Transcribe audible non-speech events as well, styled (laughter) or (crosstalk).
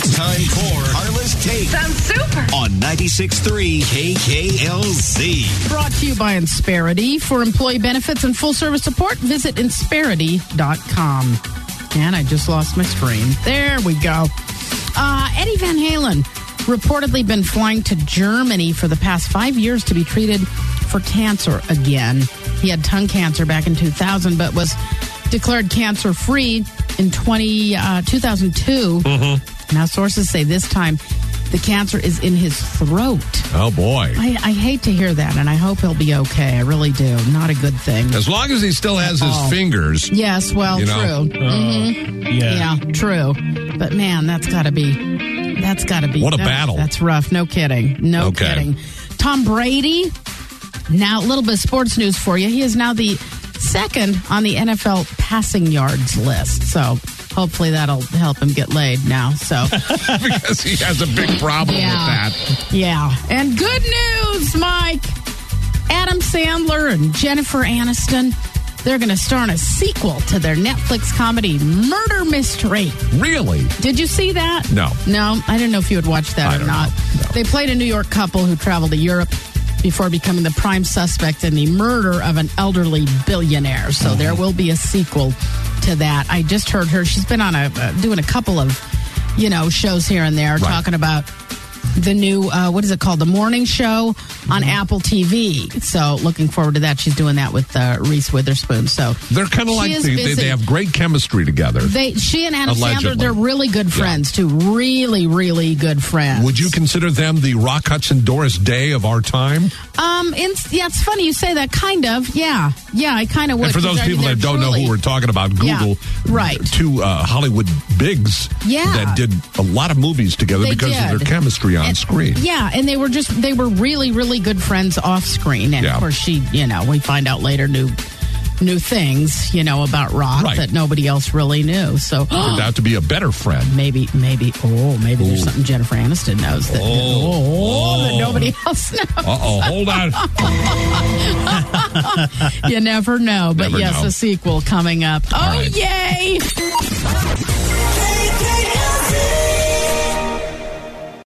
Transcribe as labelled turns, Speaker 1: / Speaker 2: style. Speaker 1: for Carla's Take
Speaker 2: Sounds super.
Speaker 1: on 96.3 KKLZ.
Speaker 3: Brought to you by Insperity. For employee benefits and full service support, visit insperity.com. And I just lost my screen. There we go. Uh, Eddie Van Halen reportedly been flying to Germany for the past five years to be treated for cancer again. He had tongue cancer back in 2000, but was declared cancer free in 20, uh, 2002. Now, sources say this time the cancer is in his throat.
Speaker 4: Oh boy.
Speaker 3: I, I hate to hear that, and I hope he'll be okay. I really do. Not a good thing.
Speaker 4: As long as he still has his
Speaker 3: Oh.
Speaker 4: fingers.
Speaker 3: Yes, well,
Speaker 4: You know?
Speaker 3: true. yeah. true. But man, that's got to be. That's got to be.
Speaker 4: What a
Speaker 3: that-
Speaker 4: battle.
Speaker 3: That's rough. No kidding. No
Speaker 4: Okay.
Speaker 3: kidding. Tom Brady. Now, a little bit of sports news for you. He is now the second on the NFL passing yards list. So hopefully that'll help him get laid now.
Speaker 4: (laughs)
Speaker 3: So.
Speaker 4: (laughs) because he has a big problem
Speaker 3: Yeah.
Speaker 4: with that.
Speaker 3: Yeah. And good news, Mike. Adam Sandler and Jennifer Aniston, they're going to star in a sequel to their Netflix comedy Murder Mystery.
Speaker 4: Really?
Speaker 3: Did you see that?
Speaker 4: No.
Speaker 3: No, I don't know if you had watched that
Speaker 4: I
Speaker 3: or
Speaker 4: don't
Speaker 3: not.
Speaker 4: know. No.
Speaker 3: They played a New York couple who traveled to Europe before becoming the prime suspect in the murder of an elderly billionaire. So
Speaker 4: Mm-hmm.
Speaker 3: there will be a sequel to that. I just heard her. She's been on a uh, doing a couple of you know shows here and there talking about the new uh, what is it called the morning show on
Speaker 4: Mm-hmm.
Speaker 3: apple tv so looking forward to that she's doing that with uh, reese witherspoon so
Speaker 4: They're kind of
Speaker 3: She
Speaker 4: like
Speaker 3: is
Speaker 4: the, they,
Speaker 3: busy.
Speaker 4: they have great chemistry together.
Speaker 3: They, she and Adam
Speaker 4: Allegedly.
Speaker 3: Sandler, they're really good friends too. Really, really good friends.
Speaker 4: Would you consider them the Rock Hudson Doris Day of our time?
Speaker 3: Um, it's, yeah, it's funny you say that. Kind of, yeah, yeah. I kind of would.
Speaker 4: and for those
Speaker 3: 'cause I mean,
Speaker 4: people that
Speaker 3: they're
Speaker 4: don't know who
Speaker 3: truly-
Speaker 4: we're talking about,
Speaker 3: Yeah,
Speaker 4: Google
Speaker 3: right.
Speaker 4: two uh, Hollywood bigs
Speaker 3: Yeah.
Speaker 4: that did a lot of movies together
Speaker 3: They
Speaker 4: because of
Speaker 3: did.
Speaker 4: their chemistry on
Speaker 3: And-
Speaker 4: screen.
Speaker 3: Yeah, and they were just they were really really good friends off screen, and
Speaker 4: Yeah.
Speaker 3: of course she, you know, we find out later new new things, you know, about rock
Speaker 4: Right.
Speaker 3: that nobody else really
Speaker 4: (gasps)
Speaker 3: knew. So
Speaker 4: Turned out to be a better friend.
Speaker 3: maybe maybe oh maybe there's something Jennifer Aniston knows that
Speaker 4: Oh.
Speaker 3: (laughs) oh, that nobody (laughs) else knows.
Speaker 4: Uh oh, hold
Speaker 3: (laughs)
Speaker 4: on.
Speaker 3: You never know. But
Speaker 4: Never
Speaker 3: yes,
Speaker 4: know.
Speaker 3: a sequel coming up. Oh,
Speaker 4: right.
Speaker 3: yay!